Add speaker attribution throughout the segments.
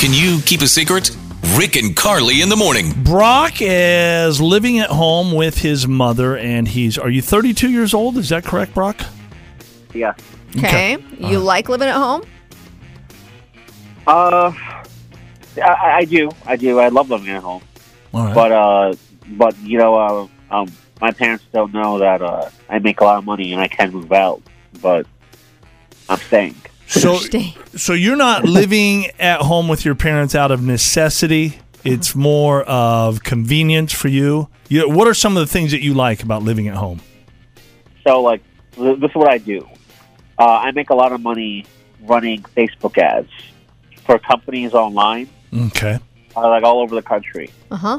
Speaker 1: Can you keep a secret? Rick and Carly in the morning.
Speaker 2: Brock is living at home with his mother, and he's. Are you 32 years old? Is that correct, Brock?
Speaker 3: Yeah.
Speaker 2: Okay.
Speaker 4: Okay. You like living at home?
Speaker 3: Uh, I, I I do. I do. I love living at home.
Speaker 2: All right.
Speaker 3: But uh, but you know, uh, um, my parents don't know that uh, I make a lot of money and I can move out, but I'm staying.
Speaker 2: so,
Speaker 4: Stay.
Speaker 2: so you're not living at home with your parents out of necessity. It's more of convenience for you. you. What are some of the things that you like about living at home?
Speaker 3: So like, th- this is what I do. Uh, I make a lot of money running Facebook ads for companies online,
Speaker 2: Okay.
Speaker 3: uh, like all over the country.
Speaker 4: Uh huh.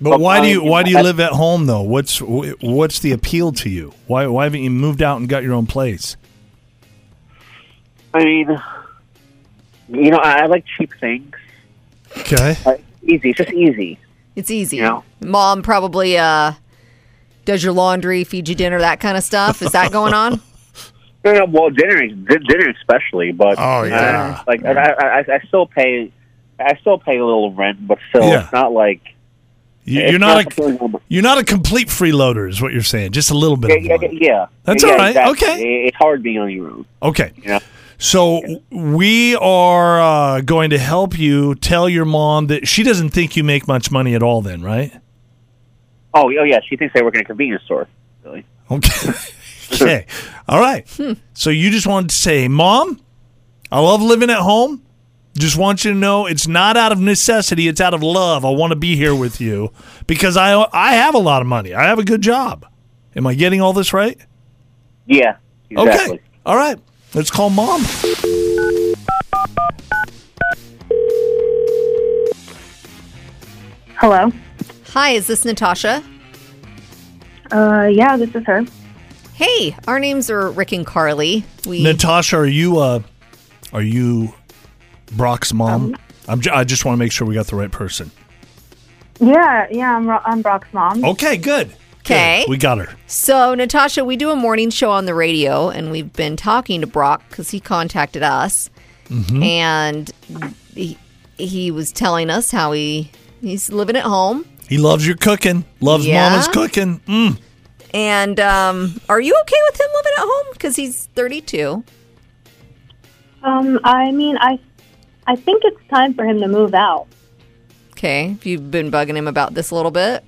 Speaker 2: But
Speaker 3: But
Speaker 2: why do
Speaker 3: I-
Speaker 2: you why do you
Speaker 3: I-
Speaker 2: live at home though? What's what's the appeal to you? Why why haven't you moved out and got your own place?
Speaker 3: I mean, you know, I, I like cheap things.
Speaker 2: Okay.
Speaker 3: Uh, easy. It's just easy.
Speaker 4: It's easy.
Speaker 3: Yeah.
Speaker 4: Mom probably uh does your laundry, feeds you dinner, that kind of stuff. Is that going on?
Speaker 3: No, no, well, dinner, di- dinner especially, but
Speaker 2: Oh, yeah.
Speaker 3: uh, like I, I, I- I still pay, I still pay a little rent, but still,
Speaker 2: Yeah.
Speaker 3: it's not like
Speaker 2: You,
Speaker 3: it's
Speaker 2: you're not a
Speaker 3: something I'm-
Speaker 2: you're not a complete freeloader, is what you're saying. Just a little bit.
Speaker 3: yeah,
Speaker 2: of
Speaker 3: yeah,
Speaker 2: one.
Speaker 3: yeah, yeah.
Speaker 2: That's
Speaker 3: Yeah,
Speaker 2: all right.
Speaker 3: exactly.
Speaker 2: Okay.
Speaker 3: It- it's hard being on your own.
Speaker 2: Okay.
Speaker 3: Yeah.
Speaker 2: So w- we are uh, going to help you tell your mom that she doesn't think you make much money at all. Then, right?
Speaker 3: Oh, oh yeah, she thinks I work in a convenience store. Really?
Speaker 2: Okay. okay. All right. So you just wanted to say, Mom, I love living at home. Just want you to know it's not out of necessity, it's out of love. I want to be here with you because I I have a lot of money. I have a good job. Am I getting all this right?
Speaker 3: Yeah, exactly.
Speaker 2: Okay. All right. Let's call mom.
Speaker 5: Hello.
Speaker 4: Hi, is this Natasha?
Speaker 5: Uh, yeah, this is her.
Speaker 4: Hey, our names are Rick and Carly. We
Speaker 2: Natasha, are you uh are you Brock's
Speaker 4: Um,
Speaker 2: mom? I'm ju- I just want to make sure we got the right person.
Speaker 5: Yeah, yeah, I'm, Ro- I'm Brock's mom.
Speaker 2: Okay, good. Good.
Speaker 4: Okay.
Speaker 2: We got her.
Speaker 4: So, Natasha, we do a morning show on the radio, and we've been talking to Brock because he contacted us, and he, he was telling us how he he's living at home.
Speaker 2: He loves your cooking. Loves
Speaker 4: Yeah?
Speaker 2: mama's cooking. Mm.
Speaker 4: And um, are you okay with him living at home? Because he's 32.
Speaker 5: Um, I mean, I, I think it's time for him to move out.
Speaker 4: Okay, if you've been bugging him about this a little bit.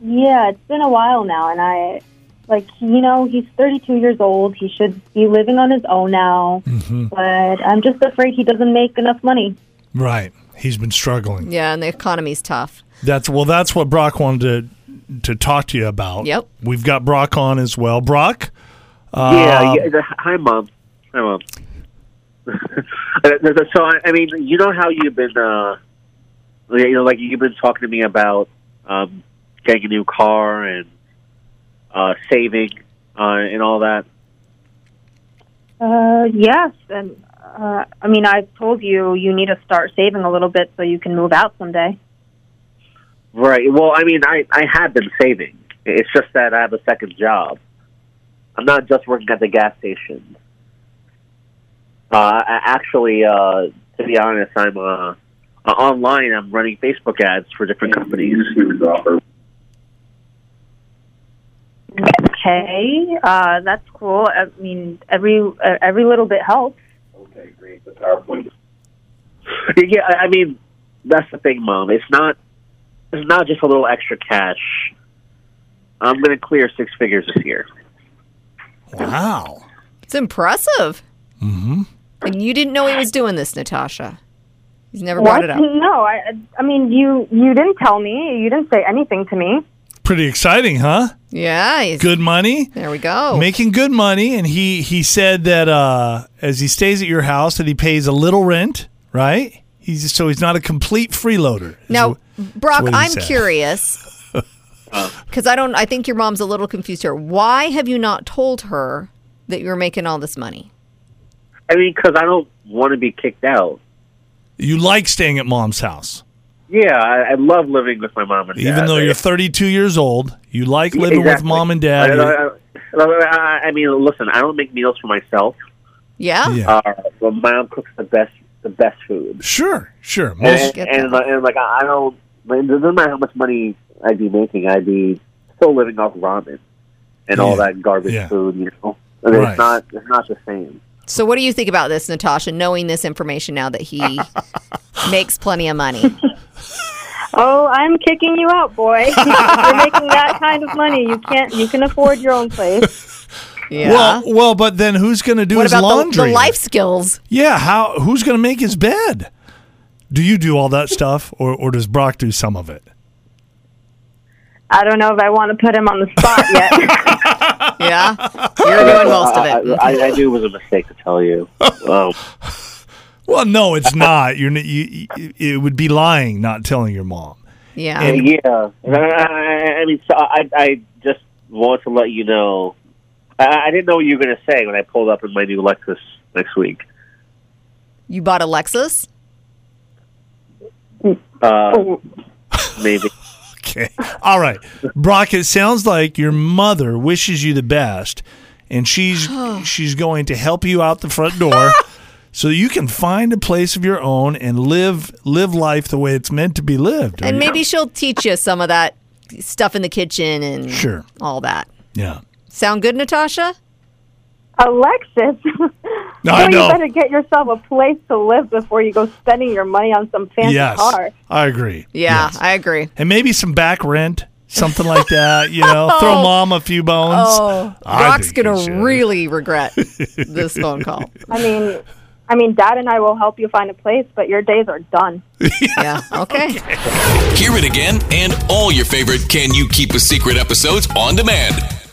Speaker 5: Yeah, it's been a while now, and I, like, you know, he's 32 years old. He should be living on his own now. But I'm just afraid he doesn't make enough money.
Speaker 2: Right. He's been struggling.
Speaker 4: Yeah, and the economy's tough.
Speaker 2: That's well that's what Brock wanted to to talk to you about.
Speaker 4: Yep.
Speaker 2: We've got Brock on as well. Brock?
Speaker 3: yeah, yeah. Hi, mom. Hi, mom. so I I mean, you know how you've been, uh, you know, like you've been talking to me about um, getting a new car and uh, saving uh, and all that.
Speaker 5: Uh, yes, and uh, I mean, I've told you you need to start saving a little bit so you can move out someday.
Speaker 3: Right. Well, I mean, I I have been saving. It's just that I have a second job. I'm not just working at the gas station. Uh, I- actually, uh, to be honest, I'm uh, uh, online. I'm running Facebook ads for different
Speaker 2: Mm-hmm.
Speaker 3: companies.
Speaker 5: Okay, uh, that's cool. I mean, every uh, every little bit helps.
Speaker 3: Okay, great. The PowerPoint. Yeah, I I mean, that's the thing, Mom. It's not. It's not just a little extra cash. I'm going to clear six figures this year.
Speaker 2: Wow.
Speaker 4: It's impressive. Mm-hmm. And you didn't know he was doing this, Natasha. He's never brought it up.
Speaker 5: No, I. I mean, you you didn't tell me. You didn't say anything to me.
Speaker 2: Pretty exciting, huh?
Speaker 4: Yeah, he's,
Speaker 2: Good money.
Speaker 4: there we go.
Speaker 2: Making good money and he he said that uh as he stays at your house that he pays a little rent, right? He's so he's not a complete freeloader. is
Speaker 4: Now,
Speaker 2: wh-
Speaker 4: Brock,
Speaker 2: what he
Speaker 4: I'm
Speaker 2: said.
Speaker 4: curious because I don't. I think your mom's a little confused here. Why have you not told her that you're making all this money?
Speaker 3: I mean, because I don't want to be kicked out.
Speaker 2: you like staying at mom's house.
Speaker 3: Yeah, I, I love living with my mom and dad.
Speaker 2: Even though
Speaker 3: I-
Speaker 2: you're 32 years old, you like living
Speaker 3: Exactly. uh,
Speaker 2: with mom and dad.
Speaker 3: I, I, I- I- I mean, listen, I don't make meals for myself.
Speaker 4: Yeah.
Speaker 2: yeah.
Speaker 3: Uh, but mom cooks the best the best food.
Speaker 2: Sure, sure.
Speaker 3: And,
Speaker 2: Most,
Speaker 4: Get
Speaker 3: and, like- and like I I don't, like, it doesn't matter how much money I'd be making, I'd be still living off ramen and all
Speaker 2: Yeah.
Speaker 3: that garbage
Speaker 2: Yeah.
Speaker 3: food. You know, I mean,
Speaker 2: Right.
Speaker 3: it's not it's not the same.
Speaker 4: So, what do you think about this, Natasha? Knowing this information now that he makes plenty of money.
Speaker 5: Oh, I'm kicking you out, boy. You're making that kind of money. You can't. You can afford your own place.
Speaker 4: Yeah.
Speaker 2: Well, well, but then who's going to do
Speaker 4: what
Speaker 2: his
Speaker 4: about the,
Speaker 2: laundry?
Speaker 4: the life skills?
Speaker 2: Yeah, how? Who's going to make his bed? Do you do all that stuff, or, or does Brock do some of it?
Speaker 5: I don't know if I want to put him on the spot yet.
Speaker 4: Yeah. You're doing most of
Speaker 3: uh, I,
Speaker 4: it.
Speaker 3: I, I, I knew it was a mistake to tell you. Um,
Speaker 2: Well, no, it's not. You're n- you, you, it would be lying not telling your mom.
Speaker 4: Yeah.
Speaker 2: And-
Speaker 3: Uh, yeah, And I, I- I mean, so I I just want to let you know. I, I didn't know what you were going to say when I pulled up in my new Lexus next week.
Speaker 4: you bought a Lexus?
Speaker 3: Uh, maybe.
Speaker 2: Okay. All right. Brock, it sounds like your mother wishes you the best and she's she's going to help you out the front door so you can find a place of your own and live live life the way it's meant to be lived. Are
Speaker 4: And
Speaker 2: you-
Speaker 4: maybe she'll teach you some of that stuff in the kitchen and
Speaker 2: Sure.
Speaker 4: all that.
Speaker 2: Yeah.
Speaker 4: Sound good, Natasha?
Speaker 5: Alexis,
Speaker 2: I
Speaker 5: you
Speaker 2: know.
Speaker 5: better get yourself a place to live before you go spending your money on some fancy
Speaker 2: Yes.
Speaker 5: car.
Speaker 2: I agree.
Speaker 4: Yeah,
Speaker 2: Yes.
Speaker 4: I agree.
Speaker 2: And maybe some back rent, something like that, you know. Throw mom a few bones.
Speaker 4: Oh,
Speaker 2: I
Speaker 4: Brock's
Speaker 2: think you
Speaker 4: going to
Speaker 2: should.
Speaker 4: really regret this phone call.
Speaker 5: I mean, I mean, Dad and I will help you find a place, but your days are done.
Speaker 4: Yeah. Okay.
Speaker 1: Hear it again and all your favorite Can You Keep a Secret episodes on demand